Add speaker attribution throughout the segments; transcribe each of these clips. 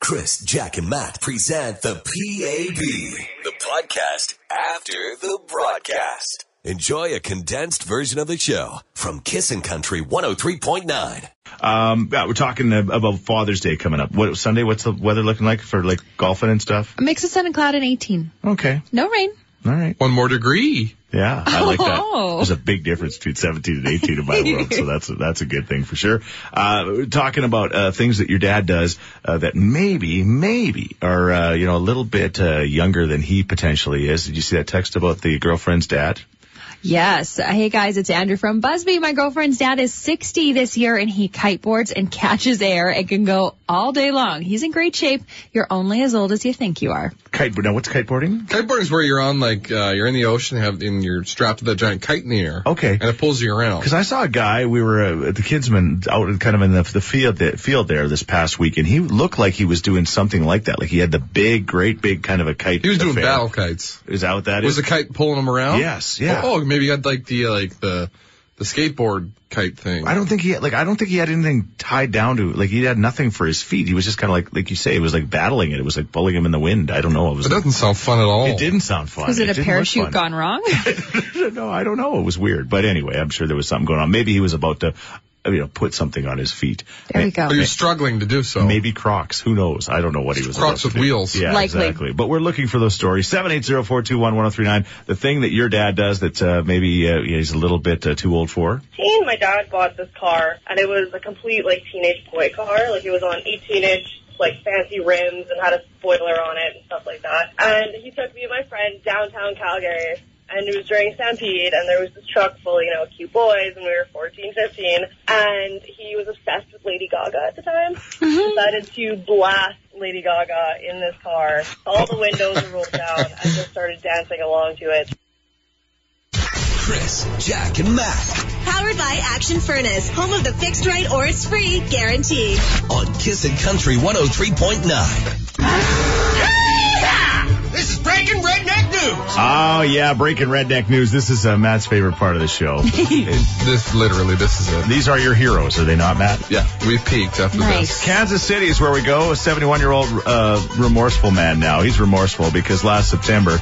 Speaker 1: Chris, Jack, and Matt present the PAB, the podcast after the broadcast. Enjoy a condensed version of the show from Kissin' Country 103.9.
Speaker 2: Um, yeah, we're talking ab- about Father's Day coming up. What Sunday? What's the weather looking like for like golfing and stuff?
Speaker 3: A mix of sun and cloud and 18.
Speaker 2: Okay,
Speaker 3: No rain.
Speaker 2: all right.
Speaker 4: one more degree.
Speaker 2: Yeah, I like that.
Speaker 3: Oh.
Speaker 2: There's a big difference between 17 and 18 in my world, so that's a, that's a good thing for sure. Uh, we're talking about uh, things that your dad does uh, that maybe, maybe are uh, you know a little bit uh, younger than he potentially is. Did you see that text about the girlfriend's dad?
Speaker 3: Yes. Uh, Hey guys, it's Andrew from Busby. My girlfriend's dad is 60 this year and he kiteboards and catches air and can go all day long. He's in great shape. You're only as old as you think you are.
Speaker 2: Kite? Now, what's kiteboarding?
Speaker 4: Kiteboarding is where you're on like uh, you're in the ocean, have and you're strapped to that giant kite in the air.
Speaker 2: Okay.
Speaker 4: and it pulls you around.
Speaker 2: Because I saw a guy, we were uh, at the Kidsman out in- kind of in the, the field the field there this past week, and he looked like he was doing something like that. Like he had the big, great, big kind of a kite.
Speaker 4: He was doing
Speaker 2: affair.
Speaker 4: battle kites.
Speaker 2: Is that what that
Speaker 4: Was
Speaker 2: is?
Speaker 4: the kite pulling him around?
Speaker 2: Yes, yeah.
Speaker 4: Oh, oh, maybe you got like the like the the skateboard kite thing.
Speaker 2: I don't think he had, like I don't think he had anything tied down to like he had nothing for his feet. He was just kind of like like you say, it was like battling it. It was like pulling him in the wind. I don't know. It was.
Speaker 4: It doesn't sound fun at all.
Speaker 2: it didn't sound fun.
Speaker 3: Was it, a
Speaker 2: didn't look
Speaker 3: parachute
Speaker 2: fun.
Speaker 3: gone wrong?
Speaker 2: no, I don't know. It was weird. But anyway, I'm sure there was something going on. Maybe he was about to, you know, put something on his feet.
Speaker 3: There we go.
Speaker 4: Or you're struggling to do so.
Speaker 2: Maybe Crocs. Who knows? I don't know what he was.
Speaker 4: Crocs
Speaker 2: about to
Speaker 4: with
Speaker 2: do.
Speaker 4: wheels.
Speaker 2: Yeah,
Speaker 3: Likely.
Speaker 2: exactly. But we're looking for those stories. Seven eight zero four two one one zero three nine. The thing that your dad does that uh, maybe uh, he's a little bit uh, too old for.
Speaker 5: He and my dad bought this car, and it was a complete like teenage boy car. Like it was on 18 inch like fancy rims and had a spoiler on it and stuff like that. And he took me and my friend downtown Calgary, and it was during Stampede, and there was this truck full, you know, cute boys, and we were 14, 15, and he was obsessed with Lady Gaga at the time. Decided to blast Lady Gaga in this car. All the windows were rolled down, and just started dancing along to it.
Speaker 1: Chris, Jack, and Matt
Speaker 6: Powered by Action Furnace, home of the fixed right or it's free guarantee.
Speaker 1: on Kissin' Country 103.9.
Speaker 7: This is breaking redneck news.
Speaker 2: Oh yeah, breaking redneck news. This is uh, Matt's favorite part of the show.
Speaker 4: This literally, this is it.
Speaker 2: These are your heroes, are they not, Matt?
Speaker 4: Yeah, we've peaked after
Speaker 3: nice.
Speaker 2: Kansas City is where we go. A 71 year old uh, remorseful man now. He's remorseful because last September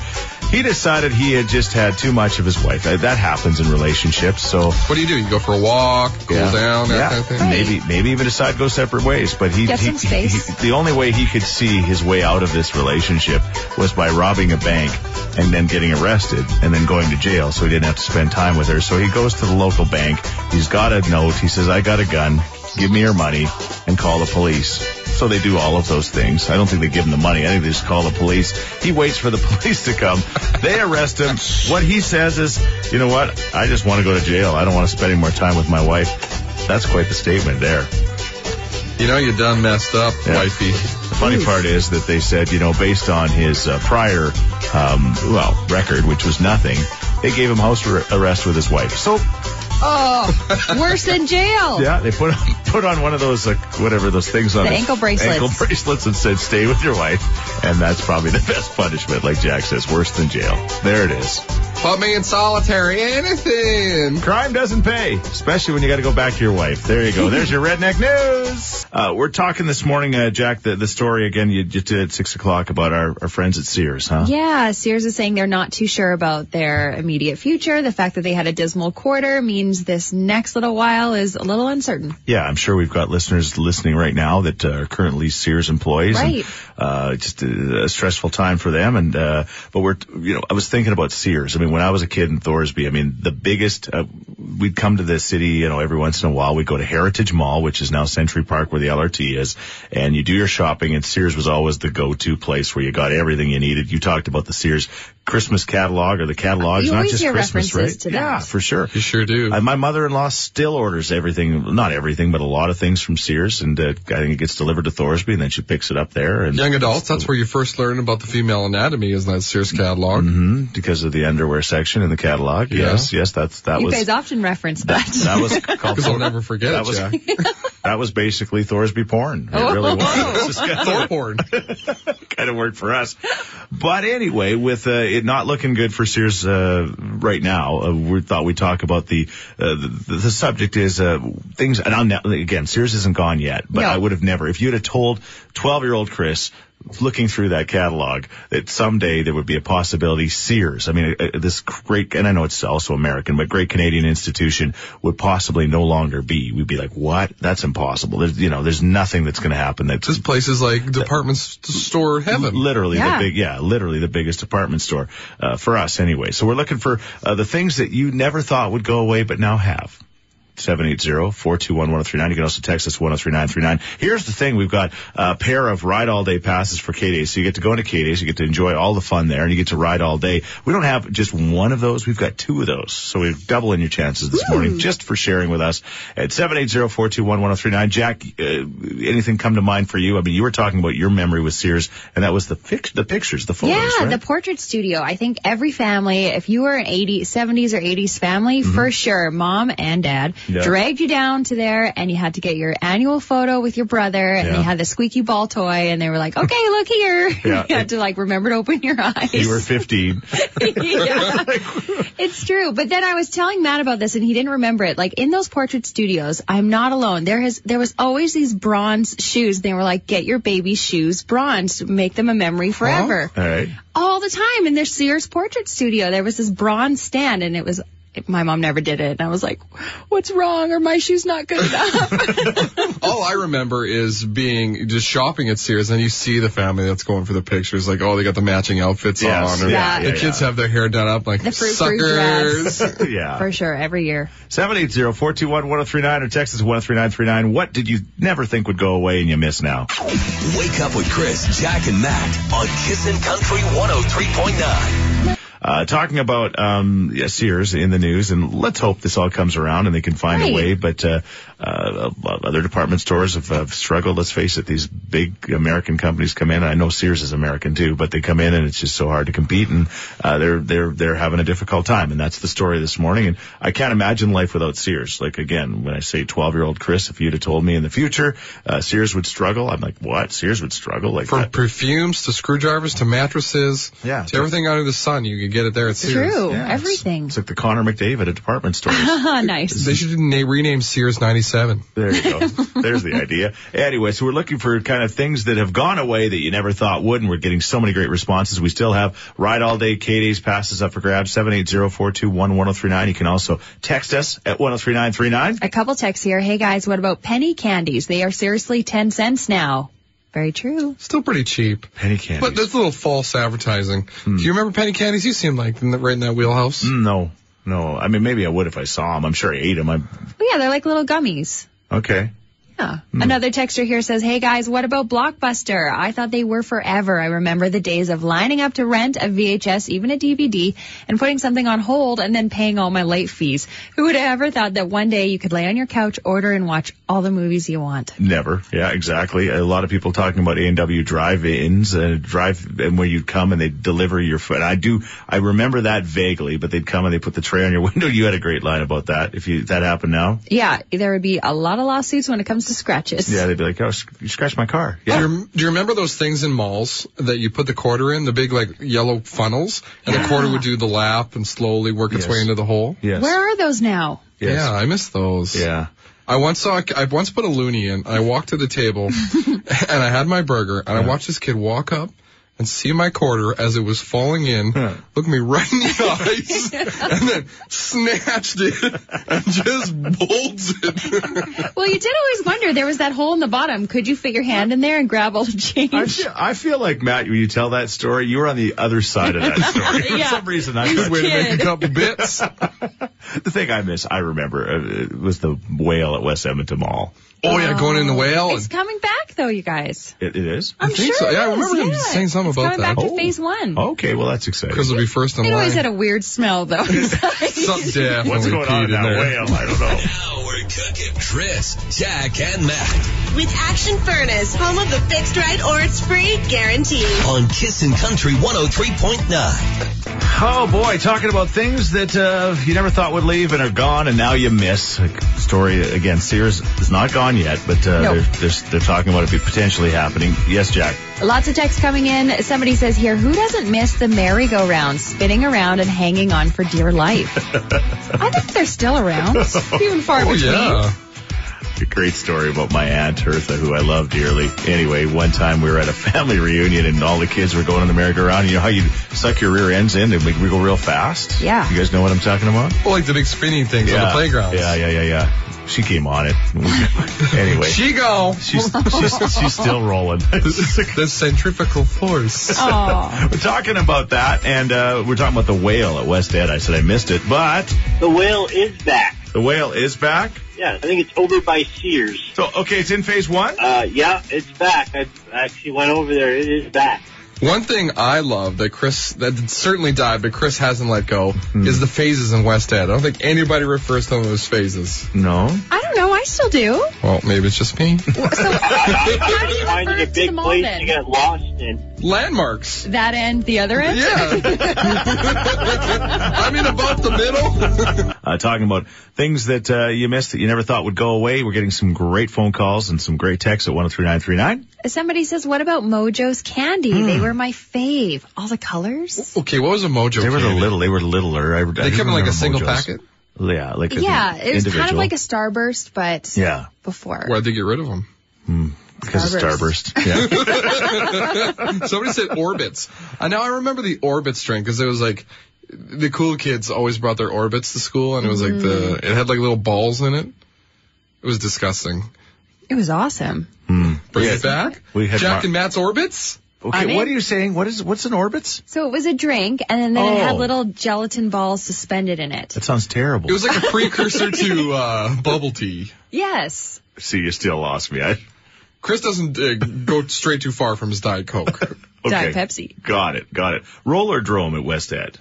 Speaker 2: he decided he had just had too much of his wife. Uh, That happens in relationships. So
Speaker 4: this. What do you do? You go for a walk, cool down, that
Speaker 2: yeah.
Speaker 4: kind of thing.
Speaker 2: Maybe maybe even decide to go separate ways. But he,
Speaker 3: Get
Speaker 2: he-
Speaker 3: some space.
Speaker 2: he- the only way he could see his way out of this relationship was by robbing a bank and then getting arrested and then going to jail so he didn't have to spend time with her. So he goes to the local bank. He's got a note. He says, I got a gun. Give me your money and call the police. So they do all of those things. I don't think they give him the money. I think they just call the police. He waits for the police to come. They arrest him. What he says is, you know what? I just want to go to jail. I don't want to spend any more time with my wife. That's quite the statement there.
Speaker 4: You know, you done messed up,
Speaker 2: Yeah.
Speaker 4: wifey.
Speaker 2: The funny part is that they said, you know, based on his uh, prior, um, well, record, which was nothing, they gave him house ar- arrest with his wife. So
Speaker 3: Oh, worse than jail.
Speaker 2: yeah, they put on, put on one of those uh, whatever those things on
Speaker 3: The
Speaker 2: his
Speaker 3: ankle bracelets.
Speaker 2: ankle bracelets, and said, "Stay with your wife," and that's probably the best punishment. Like Jack says, worse than jail. There it is.
Speaker 4: Put me in solitary, anything.
Speaker 2: Crime doesn't pay, especially when you got to go back to your wife. There you go. There's your redneck news. Uh, we're talking this morning, uh, Jack, the, the story again you just did at six o'clock about our, our friends at Sears, huh?
Speaker 3: Yeah, Sears is saying they're not too sure about their immediate future. The fact that they had a dismal quarter means this next little while is a little uncertain.
Speaker 2: Yeah, I'm sure we've got listeners listening right now that uh, are currently Sears employees. And,
Speaker 3: Right.
Speaker 2: uh, just a, a stressful time for them. And uh, but we're you know I was thinking about Sears. I mean, when I was a kid in Thorsby, I mean the biggest uh, we'd come to this city. You know, every once in a while we'd go to Heritage Mall, which is now Century Park, where the LRT is, and you do your shopping. And Sears was always the go-to place where you got everything you needed. You talked about the Sears Christmas catalog or the catalogs,
Speaker 3: You
Speaker 2: not
Speaker 3: always
Speaker 2: just
Speaker 3: hear
Speaker 2: Christmas,
Speaker 3: references
Speaker 2: right?
Speaker 3: to that.
Speaker 2: yeah, for sure.
Speaker 4: You sure do.
Speaker 2: Uh, my mother-in-law still orders everything, not everything, but a lot of things from Sears, and uh, I think it gets delivered to Thorsby, and then she picks it up there, and
Speaker 4: Young adults, that's where you first learn about the female anatomy, isn't that Sears catalog?
Speaker 2: Mhm, because of the underwear section in the catalog.
Speaker 4: Yeah.
Speaker 2: Yes, yes, that's that
Speaker 3: you
Speaker 2: was
Speaker 3: guys often reference that.
Speaker 2: that was called.
Speaker 4: Because I'll never forget
Speaker 2: that
Speaker 4: it,
Speaker 2: was
Speaker 4: Jack.
Speaker 3: Oh.
Speaker 2: that was basically Thorsby porn. It really was.
Speaker 4: Thor porn.
Speaker 2: kind of worked for us. But anyway, with uh, it not looking good for Sears uh, right now, uh, we thought we'd talk about the uh, the, the subject is uh, things. And I'm now, again, Sears isn't gone yet, but
Speaker 3: No.
Speaker 2: I would have never. If you'd have told 12 year old Chris looking through that catalog that someday there would be a possibility Sears, I mean, uh, uh, this great, and I know it's also American, but great Canadian institution would possibly no longer be. We'd be like, what? That's impossible. There's, you know, there's nothing that's going to happen that's
Speaker 4: This place is like department s- store heaven.
Speaker 2: Literally
Speaker 3: Yeah.
Speaker 2: the big, yeah, literally the biggest department store uh, for us anyway. So we're looking for uh, the things that you never thought would go away but now have. 780-421-1039. You can also text us 103939. Here's the thing. We've got a pair of ride all day passes for K-Days. So you get to go into K-Days. You get to enjoy all the fun there and you get to ride all day. We don't have just one of those. We've got two of those. So we're doubling your chances this morning just for sharing with us at 780-421-1039. Jack, uh, anything come to mind for you? I mean, you were talking about your memory with Sears and that was the fic- the pictures, the photos,
Speaker 3: Yeah,
Speaker 2: right?
Speaker 3: the portrait studio. I think every family, if you were an 80s, 70s or 80s family, for sure, mom and dad
Speaker 2: Mm-hmm. Yeah.
Speaker 3: dragged you down to there and you had to get your annual photo with your brother and
Speaker 2: Yeah.
Speaker 3: you had the squeaky ball toy and they were like, okay, look here.
Speaker 2: Yeah.
Speaker 3: you had to like remember to open your eyes.
Speaker 2: you were 15.
Speaker 3: Yeah. It's true. But then I was telling Matt about this and he didn't remember it. Like in those portrait studios, I'm not alone. There has there was always these bronze shoes. They were like, get your baby shoes bronzed, make them a memory forever.
Speaker 2: all right.
Speaker 3: All the time in their Sears portrait studio, there was this bronze stand and it was my mom never did it. And I was like, what's wrong? Are my shoes not good enough?
Speaker 4: All I remember is being just shopping at Sears, and you see the family that's going for the pictures. Like, oh, they got the matching outfits
Speaker 2: Yes,
Speaker 4: on, or
Speaker 3: yeah,
Speaker 4: the
Speaker 2: yeah,
Speaker 4: kids
Speaker 2: yeah.
Speaker 4: have their hair done up like
Speaker 3: the frou frou
Speaker 4: suckers.
Speaker 3: dress.
Speaker 2: Yeah.
Speaker 3: For sure, every year.
Speaker 2: 780-421-1039 or Texas 103939. What did you never think would go away and you miss now?
Speaker 1: Wake up with Chris, Jack, and Matt on Kissin' Country 103.9.
Speaker 2: Uh, talking about um, yeah, Sears in the news, and let's hope this all comes around and they can find
Speaker 3: Right.
Speaker 2: a way. But uh, uh, other department stores have, have struggled. Let's face it; these big American companies come in. And I know Sears is American too, but they come in and it's just so hard to compete, and uh, they're they're they're having a difficult time. And that's the story this morning. And I can't imagine life without Sears. Like again, when I say 12 year old Chris, if you'd have told me in the future uh, Sears would struggle, I'm like, what? Sears would struggle? Like
Speaker 4: From
Speaker 2: that-
Speaker 4: perfumes to screwdrivers to mattresses
Speaker 2: Yeah.
Speaker 4: to everything under the sun, you could get it there at Sears.
Speaker 3: True,
Speaker 2: yeah, it's-
Speaker 3: Oh, everything.
Speaker 2: It's like the Connor McDavid at department stores.
Speaker 3: nice.
Speaker 4: They should na- rename Sears 97.
Speaker 2: There you go. There's the idea. Anyway, so we're looking for kind of things that have gone away that you never thought would, and we're getting so many great responses. We still have Ride All Day K-Days passes up for grabs, 780-421-1039. You can also text us at 103939.
Speaker 3: A couple texts here. Hey guys, what about penny candies? They are seriously 10 cents now. Very true.
Speaker 4: Still pretty cheap.
Speaker 2: Penny candies.
Speaker 4: But that's a little false advertising.
Speaker 2: Hmm.
Speaker 4: Do you remember penny candies? You seem like in the, right in that wheelhouse.
Speaker 2: no, no. I mean, maybe I would if I saw them. I'm sure I ate them. I'm,
Speaker 3: But Oh, yeah, they're like little gummies.
Speaker 2: okay.
Speaker 3: Yeah.
Speaker 4: Hmm.
Speaker 3: Another texter here says, Hey guys, what about Blockbuster? I thought they were forever. I remember the days of lining up to rent a VHS, even a DVD, and putting something on hold and then paying all my late fees. Who would have ever thought that one day you could lay on your couch, order, and watch all the movies you want?
Speaker 2: Never. Yeah, exactly. A lot of people talking about A&W drive-ins, uh, drive, and where you'd come and they'd deliver your food. I do, I remember that vaguely, but they'd come and they put the tray on your window. You had a great line about that. If you, that happened now.
Speaker 3: Yeah, there would be a lot of lawsuits when it comes to scratches.
Speaker 2: Yeah, they'd be like, oh, sc- you scratched my car.
Speaker 4: Do,
Speaker 2: Yeah.
Speaker 4: you, rem- do you remember those things in malls that you put the quarter in, the big like yellow funnels, and the quarter would do the lap and slowly work its
Speaker 2: Yes.
Speaker 4: way into the hole?
Speaker 2: Yes.
Speaker 3: Oh, Where are those now?
Speaker 2: Yes.
Speaker 4: Yeah, I miss those.
Speaker 2: Yeah.
Speaker 4: I once saw, a- I once put a loony in. I walked to the table and I had my burger and I watched this kid walk up and see my quarter as it was falling in, look me right in the eyes and then snatched it and just bolted.
Speaker 3: Well, you did always wonder. There was that hole in the bottom. Could you fit your hand in there and grab all the
Speaker 2: I
Speaker 3: change?
Speaker 2: feel, I feel like Matt, when you tell that story, you were on the other side of that story. For
Speaker 3: Yeah.
Speaker 2: some reason, I
Speaker 4: Good way to make
Speaker 3: Kid.
Speaker 4: a couple bits.
Speaker 2: the thing I miss, I remember, uh, it was the whale at West Edmonton Mall.
Speaker 4: Oh yeah, going in the whale.
Speaker 3: It's
Speaker 4: and-
Speaker 3: coming back though, you guys.
Speaker 2: It, it is.
Speaker 3: I'm
Speaker 4: I think
Speaker 3: sure.
Speaker 4: so. Yeah,
Speaker 3: it
Speaker 4: I
Speaker 3: is.
Speaker 4: remember him
Speaker 3: Yeah.
Speaker 4: saying something
Speaker 3: it's
Speaker 4: about
Speaker 3: coming back
Speaker 4: that.
Speaker 3: to phase one.
Speaker 2: Okay, well that's exciting.
Speaker 4: Because it'll be first in
Speaker 3: It always had
Speaker 4: line.
Speaker 3: a weird smell though.
Speaker 4: Something definitely
Speaker 2: What's going on
Speaker 4: peed
Speaker 2: in that
Speaker 4: there.
Speaker 2: whale? I don't know.
Speaker 1: Now we're cooking Chris, Jack, and Matt
Speaker 6: with Action Furnace, home of the fixed right or it's free guarantee.
Speaker 1: on Kissin' Country 103.9.
Speaker 2: Oh boy, talking about things that uh, you never thought would leave and are gone, and now you miss. A story again, Sears is not gone yet, but uh,
Speaker 3: No.
Speaker 2: they're, they're they're talking about it be potentially happening. Yes, Jack.
Speaker 3: Lots of texts coming in. Somebody says here, who doesn't miss the merry-go-round spinning around and hanging on for dear life? I think they're still around, few and far
Speaker 4: Oh
Speaker 3: between.
Speaker 4: yeah.
Speaker 2: A great story about my aunt Eartha, who I love dearly. Anyway, one time we were at a family reunion and all the kids were going on the merry-go-round. You know how you suck your rear ends in and we we go real fast.
Speaker 3: Yeah.
Speaker 2: You guys know what I'm talking about?
Speaker 4: Well, like the big spinning things on the playgrounds.
Speaker 2: Yeah, yeah, yeah, yeah. She came on it. anyway.
Speaker 4: She go.
Speaker 2: She's, she's, she's still rolling.
Speaker 4: the centrifugal force.
Speaker 3: Aw.
Speaker 2: We're talking about that, and uh, we're talking about the whale at West End. I said I missed it, but
Speaker 8: The whale is back.
Speaker 2: the whale is back.
Speaker 8: Yeah, I think it's over by Sears.
Speaker 2: So okay, it's in phase one.
Speaker 8: Uh, yeah, it's back. I actually went over there. It is back.
Speaker 4: One thing I love that Chris that certainly died, but Chris hasn't let go
Speaker 2: Hmm.
Speaker 4: is the phases in West End. I don't think anybody refers to them as phases.
Speaker 2: No,
Speaker 3: I don't know. I still do.
Speaker 4: Well, maybe it's just me.
Speaker 3: So how do you
Speaker 8: Finding
Speaker 3: refer
Speaker 8: a
Speaker 3: to
Speaker 8: big
Speaker 3: them all
Speaker 8: place to
Speaker 3: then?
Speaker 8: get lost in.
Speaker 4: Landmarks.
Speaker 3: That end, the other end?
Speaker 4: Yeah. I mean, about the middle.
Speaker 2: uh, talking about things that uh, you missed that you never thought would go away. We're getting some great phone calls and some great texts at one zero three nine three nine.
Speaker 3: Somebody says, what about Mojo's candy? They were my fave. All the colors?
Speaker 4: okay, what was a mojo?
Speaker 2: They were the
Speaker 4: candy?
Speaker 2: little. They were littler. I, I
Speaker 4: They came in like a single packet.
Speaker 2: Yeah, like a-
Speaker 3: Yeah, it was kind of
Speaker 2: individual.
Speaker 3: like a starburst, but
Speaker 2: yeah.
Speaker 3: before.
Speaker 4: Why'd they get rid of them?
Speaker 2: Because of
Speaker 3: Starburst.
Speaker 2: Starburst. Yeah.
Speaker 4: Somebody said orbits. I now I remember the orbits drink because it was like the cool kids always brought their orbits to school, and it was like the it had like little balls in it. It was disgusting.
Speaker 3: It was awesome.
Speaker 4: Bring
Speaker 2: Yeah.
Speaker 4: it back.
Speaker 2: We had
Speaker 4: Jack
Speaker 2: Mar-
Speaker 4: and Matt's orbits.
Speaker 2: okay,
Speaker 3: I'm in.
Speaker 2: what are you saying? What is what's an orbits?
Speaker 3: So it was a drink, and then, it had
Speaker 2: Oh.
Speaker 3: little gelatin balls suspended in it.
Speaker 2: That sounds terrible.
Speaker 4: It was like a precursor to uh, bubble tea.
Speaker 3: Yes.
Speaker 2: See, you still lost me. I, okay.
Speaker 4: Chris doesn't uh, go straight too far from his diet coke.
Speaker 3: Diet Pepsi.
Speaker 2: Got it. Got it. Roller Drome at West End.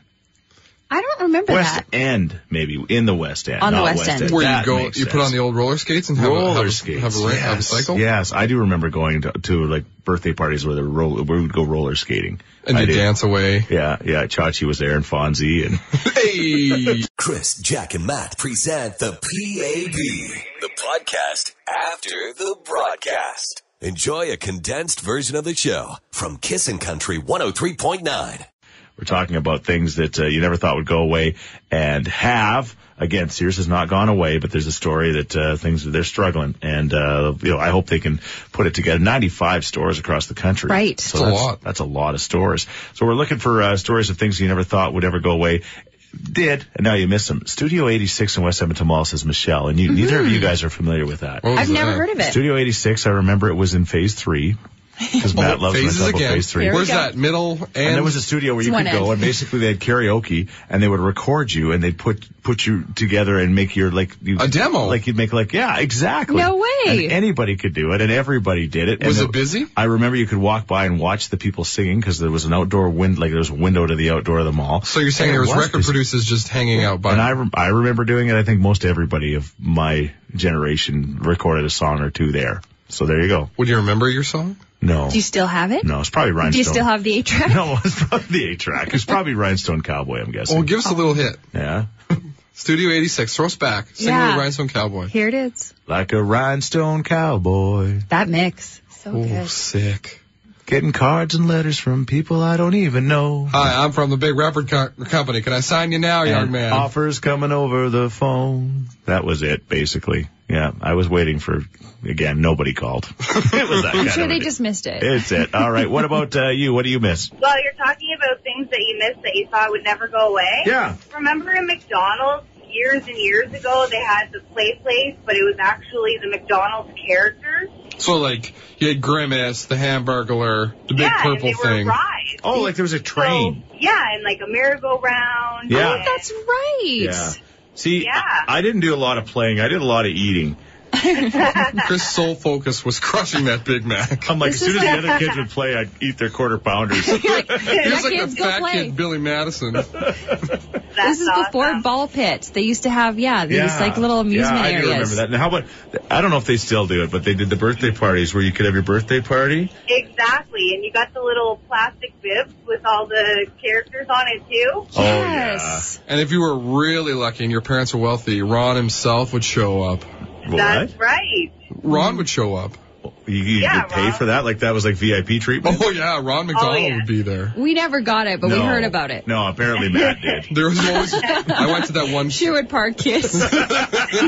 Speaker 3: I don't remember
Speaker 2: West
Speaker 3: that.
Speaker 2: End, maybe in the West End.
Speaker 3: On the
Speaker 2: not
Speaker 3: West End.
Speaker 4: Where
Speaker 2: That
Speaker 4: you go, you
Speaker 2: makes
Speaker 4: put on
Speaker 2: sense.
Speaker 4: the old roller skates and have, a, have,
Speaker 2: roller
Speaker 4: a-
Speaker 2: skates.
Speaker 4: have a, ra-
Speaker 2: yes.
Speaker 4: have a cycle.
Speaker 2: Yes, I do remember going to, to like birthday parties where the roll where we would go roller skating.
Speaker 4: And
Speaker 2: I
Speaker 4: you
Speaker 2: do.
Speaker 4: dance away.
Speaker 2: Yeah, yeah. Chachi was there and Fonzie and
Speaker 4: Hey!
Speaker 1: Chris, Jack, and Matt present the PAB, the podcast after the broadcast. Enjoy a condensed version of the show from Kissin' Country 103.9.
Speaker 2: we're talking about things that uh, you never thought would go away and have. Again, Sears has not gone away, but there's a story that uh, things they're struggling, and uh, you know I hope they can put it together. 95 stores across the country,
Speaker 3: Right.
Speaker 2: So
Speaker 4: That's a
Speaker 2: that's,
Speaker 4: lot.
Speaker 2: That's a lot of stores. So we're looking for uh, stories of things you never thought would ever go away. Did and now you miss them. Studio 86 in West Edmonton Mall says Michelle, and you, neither of you guys are familiar with that.
Speaker 4: What was
Speaker 3: I've never
Speaker 4: that?
Speaker 3: heard of Mm-hmm. it.
Speaker 2: Studio 86, I remember it was in Phase Three because Matt loves
Speaker 4: phases
Speaker 2: myself
Speaker 4: again.
Speaker 2: Phase Three.
Speaker 3: Here we
Speaker 4: Where's
Speaker 3: go.
Speaker 4: that middle and,
Speaker 2: And there was a studio where you
Speaker 3: one
Speaker 2: could go,
Speaker 3: end.
Speaker 2: and basically they had karaoke, and they would record you, and they'd put put you together and make your like you,
Speaker 4: A demo.
Speaker 2: like you'd make like yeah, exactly.
Speaker 3: No way.
Speaker 2: And anybody could do it, and everybody did it.
Speaker 4: Was
Speaker 2: and
Speaker 4: it
Speaker 2: the-
Speaker 4: busy?
Speaker 2: I remember you could walk by and watch the people singing because there was an outdoor wind, like there was a window to the outdoor of the mall.
Speaker 4: so you're saying
Speaker 2: And
Speaker 4: there
Speaker 2: it
Speaker 4: was record
Speaker 2: busy.
Speaker 4: producers just hanging out by
Speaker 2: And I, rem- I remember doing it. I think most everybody of my generation recorded a song or two there. So there you go.
Speaker 4: Would you remember your song?
Speaker 2: No.
Speaker 3: Do you still have it?
Speaker 2: no, it's probably Rhinestone.
Speaker 3: Do you still have the eight track?
Speaker 2: No, it's probably the eight track. It's probably Rhinestone Cowboy, I'm guessing.
Speaker 4: Well, give us a little hit.
Speaker 2: yeah.
Speaker 4: Studio 86, throw us back. Sing
Speaker 3: Yeah.
Speaker 4: with Rhinestone Cowboy.
Speaker 3: Here it is.
Speaker 2: Like a rhinestone cowboy.
Speaker 3: That mix. So
Speaker 4: Oh,
Speaker 3: good.
Speaker 4: sick.
Speaker 2: Getting cards and letters from people I don't even know.
Speaker 4: Hi, I'm from the Big Record co- Company. Can I sign you now, young
Speaker 2: And
Speaker 4: man?
Speaker 2: Offers coming over the phone. That was it, basically. Yeah, I was waiting for, again, nobody called. it was that
Speaker 3: I'm
Speaker 2: kind
Speaker 3: sure
Speaker 2: of
Speaker 3: they
Speaker 2: a-
Speaker 3: just missed it.
Speaker 2: It's it. All right. What about uh, you? What do you miss?
Speaker 9: Well, you're talking about things that you missed that you thought would never go away.
Speaker 2: Yeah.
Speaker 9: Remember in McDonald's years and years ago, they had the play place, but it was actually the McDonald's characters.
Speaker 4: so, like, you had Grimace, the Hamburglar, the big
Speaker 9: yeah,
Speaker 4: purple
Speaker 9: and they
Speaker 4: thing.
Speaker 9: were rides.
Speaker 2: Oh, like there was a train.
Speaker 9: So, yeah, and like a merry-go-round.
Speaker 2: Yeah.
Speaker 9: and-
Speaker 3: That's right.
Speaker 2: Yeah. See,
Speaker 9: Yeah.
Speaker 2: I, I didn't do a lot of playing. I did a lot of eating.
Speaker 4: Chris' sole focus was crushing that Big Mac.
Speaker 2: I'm like,
Speaker 3: This
Speaker 2: as soon
Speaker 3: is
Speaker 2: as
Speaker 3: like-
Speaker 2: the other kids would play, I'd eat their quarter pounders.
Speaker 3: like,
Speaker 4: He
Speaker 3: that
Speaker 4: was like
Speaker 3: kid's
Speaker 4: the
Speaker 3: go
Speaker 4: fat
Speaker 3: play.
Speaker 4: kid Billy Madison.
Speaker 9: That's
Speaker 3: This is
Speaker 9: awesome.
Speaker 3: before ball pits. They used to have, yeah, these like little amusement
Speaker 2: yeah, I do
Speaker 3: areas.
Speaker 2: remember that. Now, how about? I don't know if they still do it, but they did the birthday parties where you could have your birthday party.
Speaker 9: Exactly, and you got the little plastic bibs with all the characters on it too.
Speaker 2: Oh,
Speaker 3: Yes.
Speaker 4: And if you were really lucky and your parents were wealthy, Ron himself would show up.
Speaker 2: What?
Speaker 9: That's right.
Speaker 4: Ron would show up.
Speaker 2: You, you
Speaker 9: Yeah,
Speaker 2: could pay
Speaker 9: Rob.
Speaker 2: for that? Like that was like VIP treatment?
Speaker 4: Oh yeah, Ron McDonald
Speaker 9: yeah.
Speaker 4: would be there.
Speaker 3: We never got it, but we
Speaker 2: No.
Speaker 3: heard about it.
Speaker 2: No, apparently Matt did.
Speaker 4: There was always. I went to that one.
Speaker 3: Sherwood Park Kids.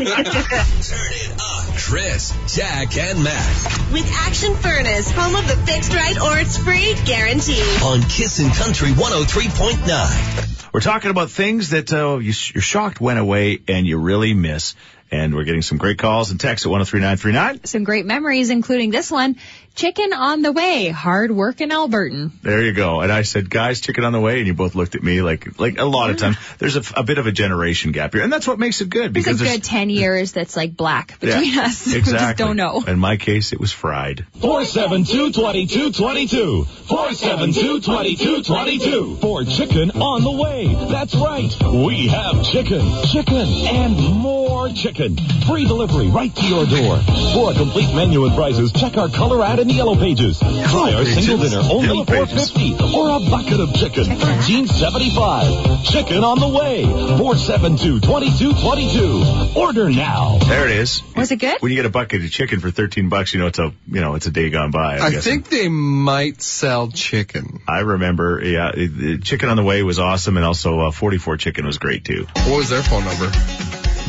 Speaker 1: Turn it up. Chris, Jack, and Matt
Speaker 6: With Action Furnace, home of the fixed right or it's free guarantee.
Speaker 1: on Kissin' Country 103.9.
Speaker 2: We're talking about things that uh, you, you're shocked went away and you really miss. And we're getting some great calls and texts at 103939.
Speaker 3: Some great memories, including this one. Chicken on the way. Hard work in Alberton.
Speaker 2: There you go. And I said, guys, chicken on the way. And you both looked at me like, like a lot of times. There's a, a bit of a generation gap here. And that's what makes it good
Speaker 3: There's Mm. a
Speaker 2: because
Speaker 3: good 10 years that's like black between
Speaker 2: Yeah,
Speaker 3: us. we
Speaker 2: Exactly.
Speaker 3: just don't know.
Speaker 2: In my case, it was fried.
Speaker 10: 472 2222. 472 2222. For chicken on the way. That's right. We have chicken, chicken, and more chicken. Free delivery right to your door. For a complete menu and prices, check our color ad in the yellow pages. Try our single
Speaker 2: pages?
Speaker 10: dinner only
Speaker 2: Yellow pages.
Speaker 10: $4.50 or a bucket of chicken. Thirteen seventy five. Chicken on the way. 472 2222. Order now.
Speaker 2: There it is.
Speaker 3: Was it good?
Speaker 2: When you get a bucket of chicken for 13 bucks, you know, it's a, you know, it's a day gone by. I'm
Speaker 4: I
Speaker 2: guessing.
Speaker 4: think they might sell chicken.
Speaker 2: I remember, yeah, it- it- chicken on the way was awesome, and also uh, 44 chicken was great too.
Speaker 4: What was their phone number?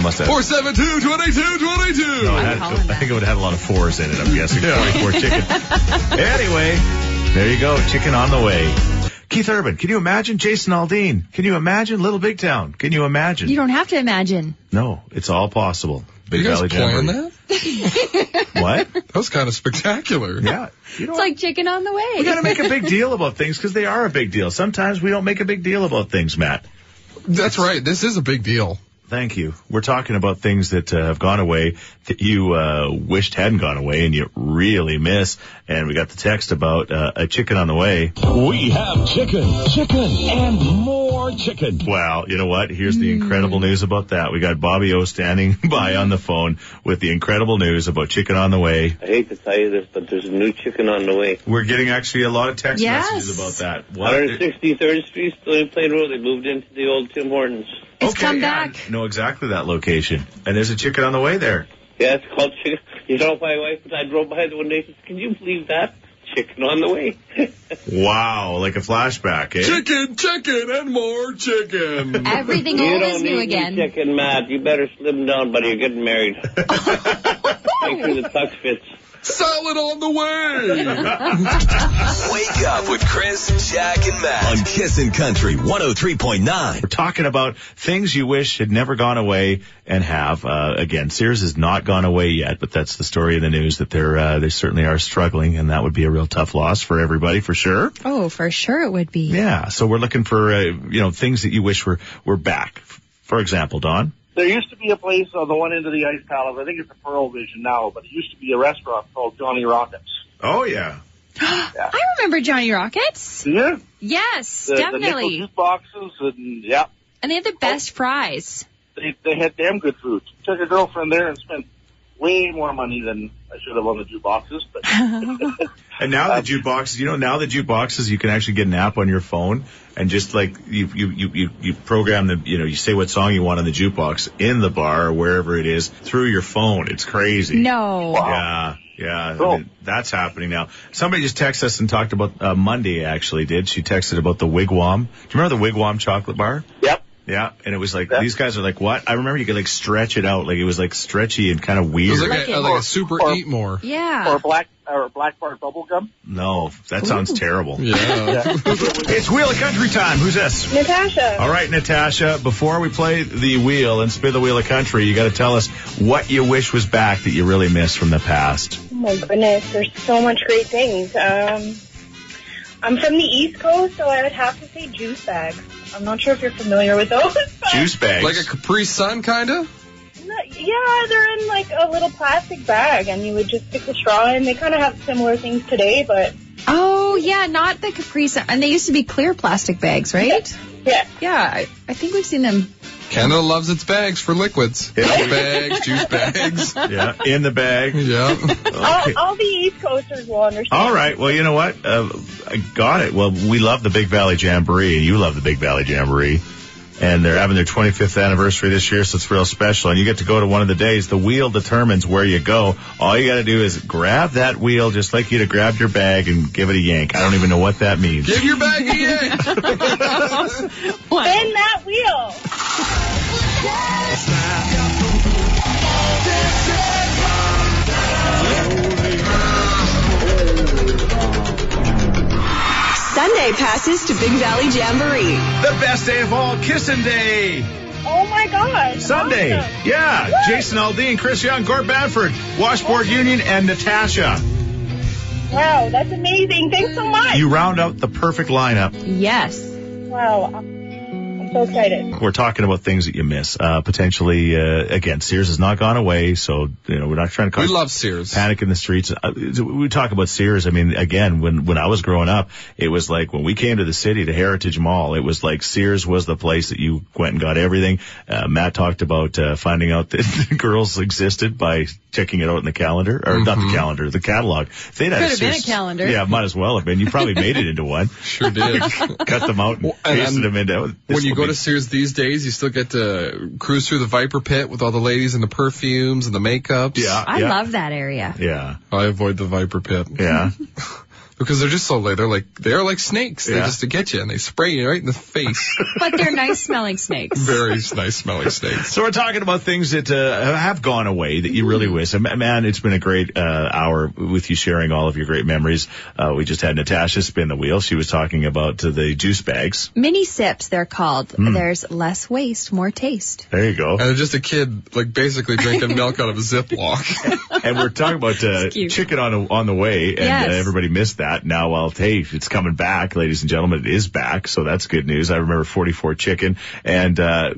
Speaker 2: Must have.
Speaker 4: Four seven two twenty two twenty
Speaker 2: No, it
Speaker 4: two.
Speaker 2: had-
Speaker 3: calling
Speaker 2: I
Speaker 3: that.
Speaker 2: think it would have had a lot of fours in it. I'm guessing 44 chicken. anyway, there you go, chicken on the way. Keith Urban, can you imagine? Jason Aldean, can you imagine? Little Big Town, can you imagine?
Speaker 3: You don't have to imagine.
Speaker 2: no, it's all possible. Big
Speaker 4: You guys
Speaker 2: Valley
Speaker 4: playing
Speaker 2: Jamboree.
Speaker 4: that?
Speaker 2: What?
Speaker 4: That was kind of spectacular.
Speaker 2: Yeah. You know
Speaker 3: It's like chicken on the way.
Speaker 2: We got to make a big deal about things because they are a big deal. Sometimes we don't make a big deal about things, Matt.
Speaker 4: That's right. This is a big deal.
Speaker 2: Thank you. We're talking about things that uh, have gone away that you uh, wished hadn't gone away and you really miss. And we got the text about uh, a chicken on the way.
Speaker 10: We have chicken, chicken, and more chicken.
Speaker 2: Wow, you know what? Here's the incredible news about that. We got Bobby O standing by on the phone with the incredible news about chicken on the way.
Speaker 8: I hate to tell you this, but there's a new chicken on the way.
Speaker 2: We're getting actually a lot of text
Speaker 3: Yes.
Speaker 2: messages about that. What?
Speaker 8: 163rd Street, still in Plain Road. They moved into the old Tim Hortons.
Speaker 3: It's come
Speaker 2: yeah,
Speaker 3: back.
Speaker 2: I Know exactly that location. And there's a chicken on the way there.
Speaker 8: Yeah, it's called chicken. You know, my wife and I drove by the one day. Says, Can you believe that? Chicken on the way.
Speaker 2: Wow, like a flashback, eh?
Speaker 4: Chicken, chicken, and more chicken.
Speaker 3: Everything
Speaker 8: you
Speaker 3: old
Speaker 8: don't
Speaker 3: is
Speaker 8: need
Speaker 3: new
Speaker 8: any
Speaker 3: again.
Speaker 8: chicken, Matt. You better slim down, buddy. You're getting married. Make sure the tux fits.
Speaker 4: Salad on the way.
Speaker 1: Wake up with Chris, Jack, and Matt on Kissin' Country 103.9.
Speaker 2: We're talking about things you wish had never gone away and have. Uh, again, Sears has not gone away yet, but that's the story in the news that they're uh, they certainly are struggling, and that would be a real tough loss for everybody for sure.
Speaker 3: Oh, for sure it would be.
Speaker 2: Yeah, so we're looking for uh, you know things that you wish were were back. For example, Don.
Speaker 11: There used to be a place on the one end of the ice palace. I think it's a Pearl Vision now, but it used to be a restaurant called Johnny Rockets.
Speaker 2: Oh yeah.
Speaker 3: I remember Johnny Rockets.
Speaker 11: Yeah,
Speaker 3: Yes,
Speaker 11: the, the nickel
Speaker 3: definitely.
Speaker 11: jukeboxes and yeah,
Speaker 3: and they had the best fries.
Speaker 11: they they had damn good food. Took a girlfriend there and spent way more money than I should have on the jukeboxes, but
Speaker 2: And now the jukeboxes, you know, now the jukeboxes, you can actually get an app on your phone and just like you, you, you, you, you program the, you know, you say what song you want on the jukebox in the bar or wherever it is through your phone. It's crazy.
Speaker 3: No.
Speaker 2: Yeah, yeah. I
Speaker 11: Cool.
Speaker 2: mean, that's happening now. Somebody just texted us and talked about uh, Monday. Actually, did she texted about the Wigwam? Do you remember the Wigwam chocolate bar?
Speaker 11: yep.
Speaker 2: Yeah, and it was like
Speaker 11: Yeah.
Speaker 2: these guys are like what? I remember you could like stretch it out, like it was like stretchy and kind of
Speaker 4: It
Speaker 2: weird.
Speaker 4: was like,
Speaker 3: Like
Speaker 4: a,
Speaker 3: it.
Speaker 4: like a super
Speaker 11: Or-
Speaker 4: eat more.
Speaker 3: Yeah.
Speaker 11: Or black or black bar bubble gum.
Speaker 2: no, that sounds terrible.
Speaker 4: Yeah.
Speaker 2: It's Wheel of Country time. Who's this?
Speaker 5: Natasha,
Speaker 2: All right, Natasha. Before we play the wheel and spin the Wheel of Country, you got to tell us what you wish was back that you really miss from the past.
Speaker 5: oh my goodness, there's so much great things. Um, I'm from the East Coast, so I would have to say juice bags. I'm not sure if you're familiar with those. but-
Speaker 2: Juice bags.
Speaker 4: Like a Capri Sun, kinda.
Speaker 5: No, yeah, they're in like a little plastic bag, and you would just stick the straw in. They kind of have similar things today, but
Speaker 3: Oh yeah, not the Capri Sun. And they used to be clear plastic bags, right?
Speaker 5: Yeah.
Speaker 3: Yeah, I, I think we've seen them.
Speaker 4: Canada loves its bags for liquids.
Speaker 2: Yeah.
Speaker 4: Milk bags, juice bags.
Speaker 2: Yeah, in the bag.
Speaker 4: Yeah.
Speaker 5: all, all the East Coasters will understand.
Speaker 2: All right. Well, you know what? Uh, I got it. Well, we love the Big Valley Jamboree, and you love the Big Valley Jamboree. And they're having their 25th anniversary this year, so it's real special. And you get to go to one of the days. The wheel determines where you go. All you got to do is grab that wheel, just like you'd have grabbed your bag and give it a yank. I don't even know what that means.
Speaker 4: Give your bag a yank.
Speaker 5: Spin that wheel.
Speaker 6: Sunday passes to Big Valley Jamboree.
Speaker 2: The best day of all, Kissing Day.
Speaker 5: Oh my gosh.
Speaker 2: Sunday.
Speaker 5: Awesome.
Speaker 2: Yeah.
Speaker 5: Woo!
Speaker 2: Jason Aldean, Chris Young, Gord Banford, Washboard Union, and Natasha.
Speaker 5: Wow, that's amazing. Thanks so much.
Speaker 2: You round out the perfect lineup.
Speaker 3: Yes.
Speaker 5: Wow. I'm so excited.
Speaker 2: We're talking about things that you miss. Uh, potentially, uh, again, Sears has not gone away, so you know we're not trying to
Speaker 4: We
Speaker 2: cause
Speaker 4: love Sears.
Speaker 2: panic in the streets. Uh, we talk about Sears. I mean, again, when when I was growing up, it was like when we came to the city, to Heritage Mall, it was like Sears was the place that you went and got everything. Uh, Matt talked about uh, finding out that the girls existed by checking it out in the calendar, or not
Speaker 4: Mm-hmm.
Speaker 2: the calendar, the catalog. They Could
Speaker 3: have been a calendar.
Speaker 2: Yeah, might as well have been. You probably made it into one.
Speaker 4: Sure did.
Speaker 2: Cut them out and
Speaker 4: Well, and-
Speaker 2: pasted them into.
Speaker 4: when you
Speaker 2: will
Speaker 4: go
Speaker 2: be-
Speaker 4: to Sears these days, you still get to cruise through the Viper Pit with all the ladies and the perfumes and the makeups.
Speaker 2: yeah,
Speaker 3: I
Speaker 2: yeah,
Speaker 3: love that area.
Speaker 2: yeah.
Speaker 4: I avoid the Viper Pit
Speaker 2: Yeah.
Speaker 4: because they're just so late. They're like they're like snakes. They
Speaker 2: Yeah.
Speaker 4: just to get you and they spray you right in the face.
Speaker 3: But they're nice smelling snakes.
Speaker 4: Very nice smelling snakes.
Speaker 2: so we're talking about things that uh, have gone away that you really wish. And, Man, it's been a great uh, hour with you sharing all of your great memories. Uh, we just had Natasha spin the wheel. She was talking about uh, the juice bags.
Speaker 3: Mini sips, they're called.
Speaker 2: Mm.
Speaker 3: There's less waste, more taste.
Speaker 2: There you go.
Speaker 4: And they're just a kid like basically drinking milk out of a Ziploc.
Speaker 2: and we're talking about uh,
Speaker 3: It's cute.
Speaker 2: chicken on on the way, and
Speaker 3: Yes.
Speaker 2: uh, everybody missed that. Now, well, hey, it's coming back, ladies and gentlemen. It is back, so that's good news. I remember 44 chicken, and uh, uh,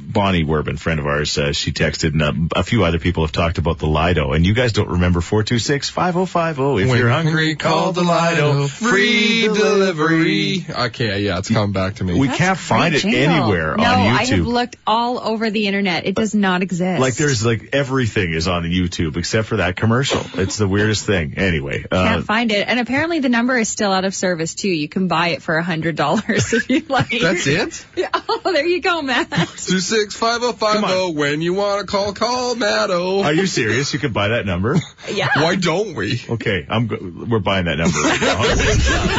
Speaker 2: Bonnie Werbin, friend of ours, uh, she texted, and um, a few other people have talked about the Lido, and you guys don't remember 426-5050. If
Speaker 4: When
Speaker 2: you're hungry, call the Lido.
Speaker 4: Free delivery. Okay, yeah, it's coming back to me.
Speaker 2: We
Speaker 3: That's
Speaker 2: can't find
Speaker 3: great
Speaker 2: it
Speaker 3: jingle.
Speaker 2: anywhere
Speaker 3: no,
Speaker 2: on
Speaker 3: I have
Speaker 2: YouTube.
Speaker 3: looked all over the internet. It does not exist.
Speaker 2: Like there's like everything is on YouTube except for that commercial. It's the weirdest thing. Anyway, uh,
Speaker 3: Can't find it. And apparently the number is still out of service too. You can buy it for a hundred dollars if you like.
Speaker 4: That's it.
Speaker 3: Oh, there you go, Matt.
Speaker 4: Two six five zero five zero. When you want to call, call Matto.
Speaker 2: are you serious? You could buy that number.
Speaker 3: Yeah.
Speaker 4: Why don't we?
Speaker 2: Okay, I'm go- we're buying that number right now.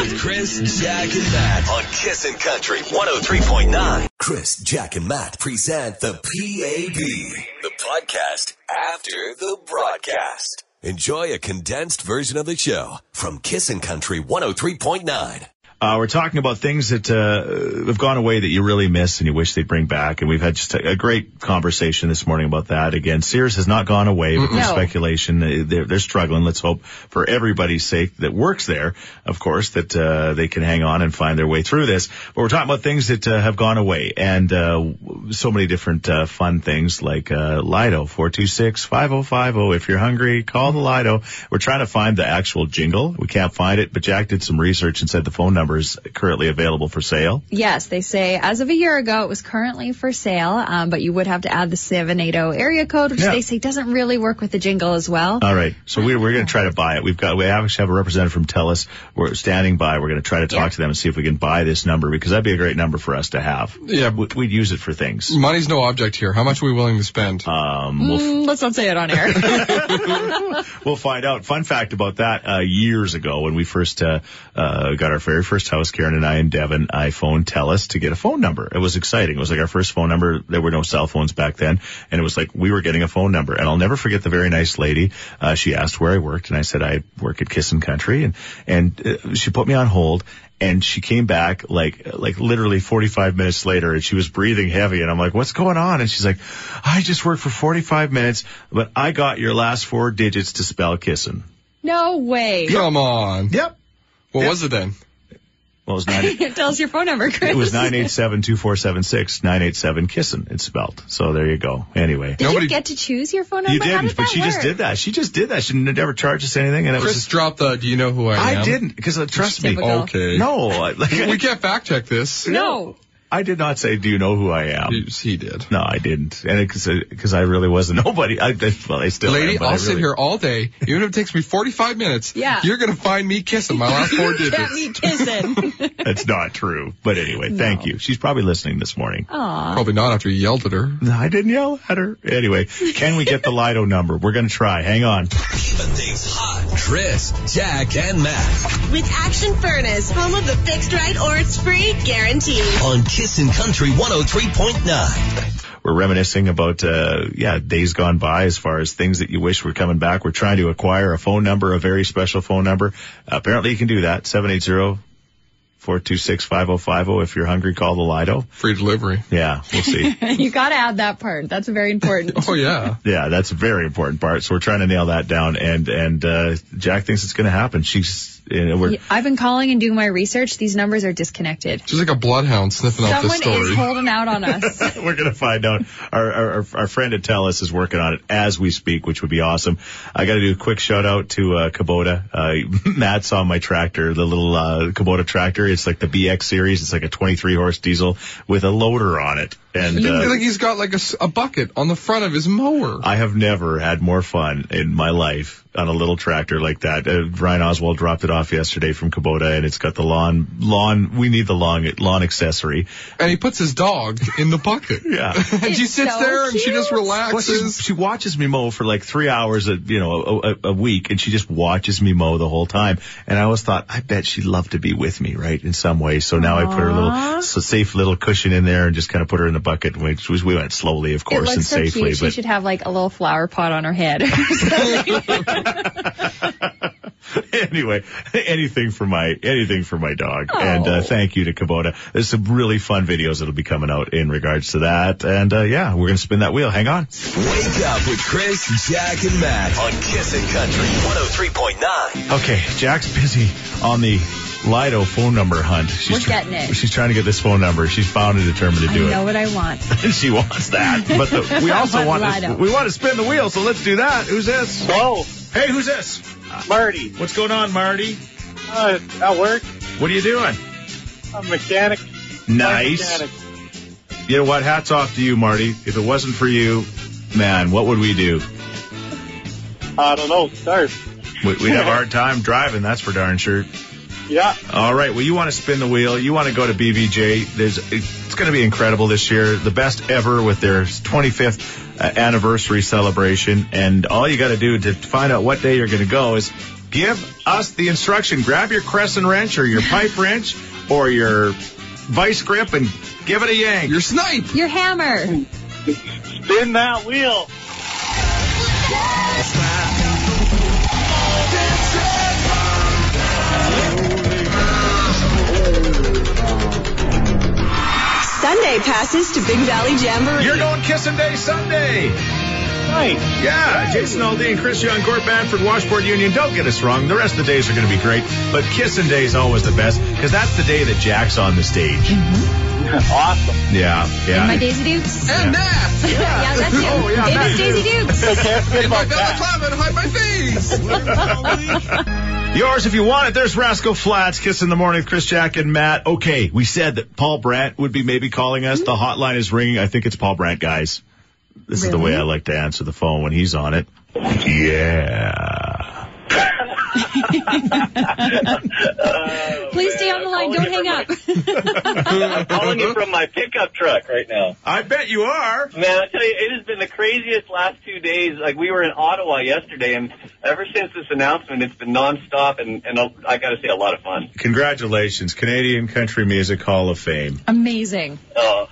Speaker 1: With Chris, Jack, and Matt on Kissin' Country 103.9. Chris, Jack, and Matt present the PAB, the podcast after the broadcast. Enjoy a condensed version of the show from Kissin' Country 103.9.
Speaker 2: uh, we're talking about things that uh, have gone away that you really miss and you wish they'd bring back. And we've had just a, a great conversation this morning about that. Again, Sears has not gone away, but there's
Speaker 3: No.
Speaker 2: speculation. Uh, They're, they're struggling. Let's hope for everybody's sake that works there, of course, that uh, they can hang on and find their way through this. But we're talking about things that uh, have gone away and uh, w- so many different uh, fun things like uh, Lido, 426-5050. If you're hungry, call the Lido. We're trying to find the actual jingle. We can't find it, but Jack did some research and said the phone number is currently available for sale.
Speaker 3: Yes, they say as of a year ago, it was currently for sale, um, but you would have to add the 780 area code, which
Speaker 2: Yeah. Oh.
Speaker 3: they say doesn't really work with the jingle as well.
Speaker 2: All right. So we, we're going to try to buy it. We've got, we actually have a representative from TELUS. We're standing by. We're going to try to talk
Speaker 3: Yeah.
Speaker 2: to them and see if we can buy this number because that'd be a great number for us to have.
Speaker 4: Yeah.
Speaker 2: We- We'd use it for things.
Speaker 4: Money's no object here. How much are we willing to spend?
Speaker 2: Um, we'll,
Speaker 3: Mm, let's not say it on air.
Speaker 2: We'll find out. Fun fact about that, uh, years ago when we first, uh, uh, got our very first house, Karen and I and Devin, I phoned TELUS to get a phone number. It was exciting. It was like our first phone number. There were no cell phones back then. And it was like we were getting a phone number. And I'll never forget the very nice lady. Uh, she asked where I worked and I said I work at Kissin' Country and, and uh, she put me on hold and she came back like like literally 45 minutes later and she was breathing heavy and I'm like what's going on and she's like I just worked for 45 minutes but I got your last four digits to spell kissing.
Speaker 3: no way.
Speaker 4: Come on.
Speaker 2: Yep.
Speaker 4: What was it then?
Speaker 2: Well, it was nine.
Speaker 3: Tell us your phone number, Chris.
Speaker 2: It was 987-2476, 987-KISSIN, it's spelled. So there you go. Anyway.
Speaker 3: Did you get to choose your phone number?
Speaker 2: You
Speaker 3: How
Speaker 2: didn't,
Speaker 3: does
Speaker 2: but
Speaker 3: that
Speaker 2: she just
Speaker 3: work?
Speaker 2: did that. She just did that. She never charged us anything, and it was
Speaker 4: Chris
Speaker 2: just
Speaker 4: dropped the. Do you know who I
Speaker 2: I
Speaker 4: am?
Speaker 2: didn't, because uh, trust me.
Speaker 3: Typical.
Speaker 4: Okay.
Speaker 2: No, I- like,
Speaker 4: we can't fact check this.
Speaker 3: No.
Speaker 2: I did not say, "Do you know who I am?"
Speaker 4: He, he did.
Speaker 2: No, I didn't, and because I really wasn't nobody. I, well, I still.
Speaker 4: Lady,
Speaker 2: am, but
Speaker 4: I'll
Speaker 2: I
Speaker 4: sit
Speaker 2: really-
Speaker 4: here all day, even if it takes me 45 minutes.
Speaker 3: Yeah.
Speaker 4: You're gonna find me kissing my last four
Speaker 3: Got
Speaker 4: digits.
Speaker 3: me kissing.
Speaker 2: That's not true. But anyway, thank you. She's probably listening this morning.
Speaker 3: Aw.
Speaker 4: Probably not after you yelled at her.
Speaker 2: No, I didn't yell at her. Anyway, can we get the Lido number? We're gonna try. Hang on.
Speaker 1: Keeping things hot. Chris, Jack, and Matt
Speaker 6: With Action Furnace, home of the fixed right or it's free guarantee.
Speaker 1: on Kissin' Country 103.9.
Speaker 2: We're reminiscing about uh, yeah days gone by as far as things that you wish were coming back. We're trying to acquire a phone number, a very special phone number. Apparently, you can do that. Seven eight zero. 426-5050. If you're hungry, call the Lido.
Speaker 4: Free delivery.
Speaker 2: Yeah, we'll see.
Speaker 3: you got to add that part. That's very important.
Speaker 4: Oh yeah.
Speaker 2: Yeah, that's a very important part. So we're trying to nail that down, and and uh, Jack thinks it's going to happen. She's you know, we're
Speaker 3: I've been calling and doing my research. These numbers are disconnected.
Speaker 4: She's like a bloodhound sniffing out this
Speaker 3: Someone
Speaker 4: story.
Speaker 3: is holding out on us.
Speaker 2: we're going to find out. Our, our our- our friend at Telus is working on it as we speak, which would be awesome. I got to do a quick shout out to uh, Kubota. Uh, Matt's on my tractor, the little uh, Kubota tractor. It's like the BX series. It's like a 23 horse diesel with a loader on it, and.
Speaker 4: You
Speaker 2: Uh,
Speaker 4: feel like he's got like a, s- a bucket on the front of his mower.
Speaker 2: I have never had more fun in my life on a little tractor like that. Uh, Ryan Oswald dropped it off yesterday from Kubota, and it's got the lawn lawn. We need the lawn lawn accessory.
Speaker 4: and he puts his dog in the bucket.
Speaker 2: Yeah.
Speaker 4: And she
Speaker 3: It's
Speaker 4: sits
Speaker 3: so
Speaker 4: there and she just
Speaker 3: cute.
Speaker 2: Well, she,
Speaker 4: relaxes.
Speaker 2: she watches me mow for like three hours, a, you know, a, a, a week, and she just watches me mow the whole time. And I always thought, I bet she'd love to be with me, right, in some way. So now I put her little s safe little cushion in there and just kind of put her in the bucket. And we, we went slowly, of
Speaker 3: It
Speaker 2: course, and
Speaker 3: looks so
Speaker 2: safely,
Speaker 3: cute. She should have like a little flower pot on her head.
Speaker 2: but anyway, anything for my anything for my dog.
Speaker 3: Oh.
Speaker 2: And uh, thank you to Kubota. There's some really fun videos that'll be coming out in regards to that. And uh, yeah, we're gonna spin that wheel. Hang on.
Speaker 1: Wake up with Chris, Jack, and Matt on Kissin' Country 103.9.
Speaker 2: Okay, Jack's busy on the Lido phone number hunt. She's
Speaker 3: We're getting it.
Speaker 2: She's trying to get this phone number. She's bound and determined to
Speaker 3: I
Speaker 2: do
Speaker 3: know
Speaker 2: it.
Speaker 3: what I want.
Speaker 2: she wants that. But the, we
Speaker 3: I
Speaker 2: also want
Speaker 3: want
Speaker 2: to,
Speaker 3: Lido.
Speaker 2: we want to spin the wheel, so let's do that. Who's this?
Speaker 11: Whoa,
Speaker 2: Hey, who's this?
Speaker 11: Marty,
Speaker 2: What's going on, Marty?
Speaker 11: uh, at work,
Speaker 2: What are you doing?
Speaker 11: I'm a mechanic.
Speaker 2: Nice. You know what? Hats off to you, Marty. If it wasn't for you, man, what would we do?
Speaker 11: I don't know, start.
Speaker 2: We- We'd have a hard time driving, that's for darn sure.
Speaker 11: Yeah,
Speaker 2: All right. Well, you want to spin the wheel. You want to go to BBJ. There's, it's going to be incredible this year. The best ever with their 25th uh, anniversary celebration. And all you got to do to find out what day you're going to go is give us the instruction. Grab your crescent wrench or your pipe wrench or your vice grip and give it a yank.
Speaker 4: Your snipe.
Speaker 3: Your hammer.
Speaker 11: spin that wheel.
Speaker 6: Sunday passes to Big Valley Jamboree.
Speaker 2: You're going kissing day Sunday.
Speaker 11: Nice.
Speaker 2: Yeah, Jason Aldean, Chris Young, Gort Banford, Washboard Union. Don't get us wrong. The rest of the days are going to be great, but kissing day is always the best because that's the day that Jack's on the stage.
Speaker 11: Awesome.
Speaker 2: Yeah, yeah.
Speaker 3: My Daisy Dukes.
Speaker 4: And that.
Speaker 3: Yeah, that's you.
Speaker 2: Oh, yeah,
Speaker 3: it
Speaker 2: that's
Speaker 3: is Daisy Dukes.
Speaker 11: I can't forget
Speaker 4: Hit my
Speaker 11: about
Speaker 4: belly
Speaker 11: that.
Speaker 4: clap and hide my face.
Speaker 2: Yours if you want it. There's Rascal Flats, Kiss in the Morning with Chris Jack and Matt. Okay, we said that Paul Brandt would be maybe calling us. The hotline is ringing. I think it's Paul Brandt, guys. This is the way I like to answer the phone when he's on it. Yeah.
Speaker 3: Please stay on the line. Don't hang up.
Speaker 8: I'm calling you from my pickup truck right now.
Speaker 2: I bet you are.
Speaker 8: Man, I tell you, it has been the craziest last two days. Like we were in Ottawa yesterday, and ever since this announcement, it's been nonstop, and and I'll- I got to say, a lot of fun.
Speaker 2: Congratulations, Canadian Country Music Hall of Fame.
Speaker 3: Amazing.
Speaker 8: Uh,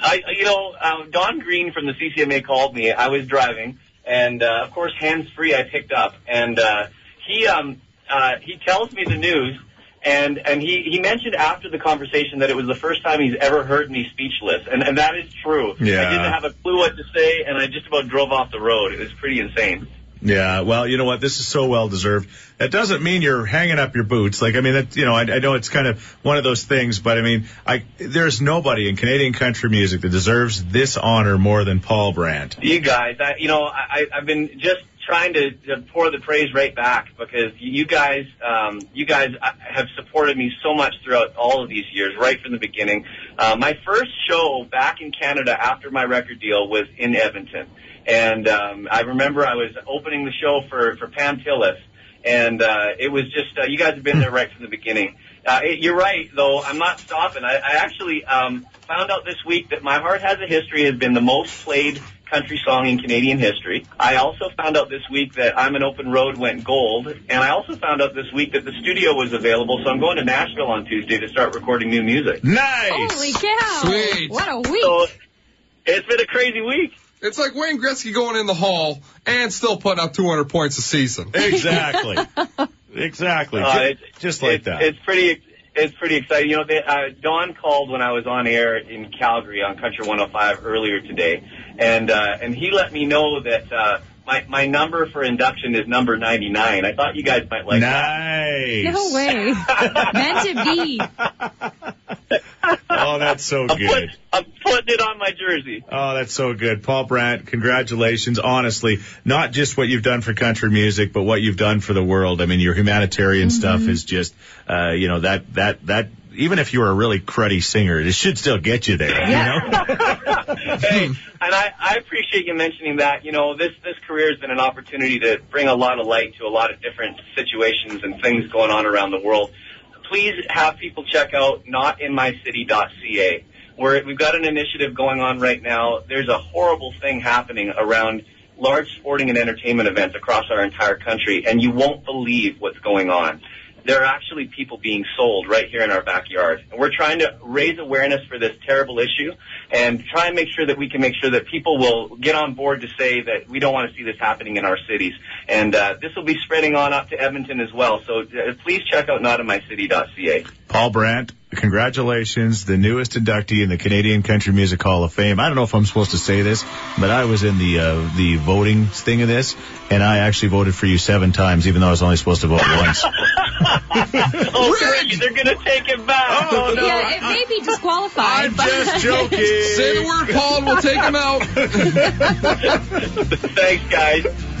Speaker 8: I, you know, uh, Don Green from the CCMA called me. I was driving, and uh, of course, hands free, I picked up, and uh, he um, uh, he tells me the news, and and he he mentioned after the conversation that it was the first time he's ever heard me speechless, and and that is true.
Speaker 2: Yeah.
Speaker 8: I didn't have a clue what to say, and I just about drove off the road. It was pretty insane.
Speaker 2: Yeah, well, you know what? This is so well deserved. That doesn't mean you're hanging up your boots. Like, I mean, that, you know, I, I know it's kind of one of those things, but I mean, I there's nobody in Canadian country music that deserves this honor more than Paul Brandt.
Speaker 8: You guys, I, you know, I, I've been just trying to, to pour the praise right back because you guys, um, you guys uh, have supported me so much throughout all of these years, right from the beginning. Uh, my first show back in Canada after my record deal was in Edmonton, and um, I remember I was opening the show for for Pam Tillis, and uh, it was just uh, you guys have been there right from the beginning. Uh, it, you're right, though. I'm not stopping. I, I actually um, found out this week that "My Heart Has a History" has been the most played country song in Canadian history. I also found out this week that I'm an open road went gold, and I also found out this week that the studio was available, so I'm going to Nashville on Tuesday to start recording new music.
Speaker 2: Nice.
Speaker 3: Holy cow!
Speaker 4: Sweet.
Speaker 3: What a week!
Speaker 8: So it's been a crazy week.
Speaker 4: It's like Wayne Gretzky going in the hall and still putting up 200 points a season.
Speaker 2: Exactly. exactly.
Speaker 8: Uh,
Speaker 2: Ju-
Speaker 8: it's-
Speaker 2: just, like
Speaker 8: it's,
Speaker 2: that.
Speaker 8: It's pretty. It's pretty exciting. You know, they, uh, Don called when I was on air in Calgary on Country 105 earlier today, and uh, and he let me know that uh, my my number for induction is number 99. I thought you guys might like that.
Speaker 2: nice.
Speaker 3: No way. Meant to be.
Speaker 2: Oh, that's so
Speaker 8: I'm
Speaker 2: good.
Speaker 8: putting, I'm putting it on my jersey.
Speaker 2: Oh, that's so good. Paul Brandt, congratulations. Honestly, not just what you've done for country music, but what you've done for the world. I mean, your humanitarian stuff is just, uh, you know, that, that, that, even if you were a really cruddy singer, it should still get you there, you know?
Speaker 8: hey, and I, I appreciate you mentioning that. You know, this this career has been an opportunity to bring a lot of light to a lot of different situations and things going on around the world. Please have people check out notinmycity.ca, where we've got an initiative going on right now. There's a horrible thing happening around large sporting and entertainment events across our entire country, and you won't believe what's going on. There are actually people being sold right here in our backyard. And we're trying to raise awareness for this terrible issue and try and make sure that we can make sure that people will get on board to say that we don't want to see this happening in our cities. And uh, this will be spreading on up to Edmonton as well. So uh, please check out notinmycity.ca.
Speaker 2: Paul Brandt, congratulations, the newest inductee in the Canadian Country Music Hall of Fame. I don't know if I'm supposed to say this, but I was in the uh, the voting thing of this, and I actually voted for you seven times, even though I was only supposed to vote once.
Speaker 8: Oh, great. They're going to take it back.
Speaker 2: Oh, no,
Speaker 3: yeah, it may be disqualified.
Speaker 2: I'm
Speaker 3: but-
Speaker 2: just joking.
Speaker 4: Say the word, Paul, and we'll take him out.
Speaker 8: Thanks, guys.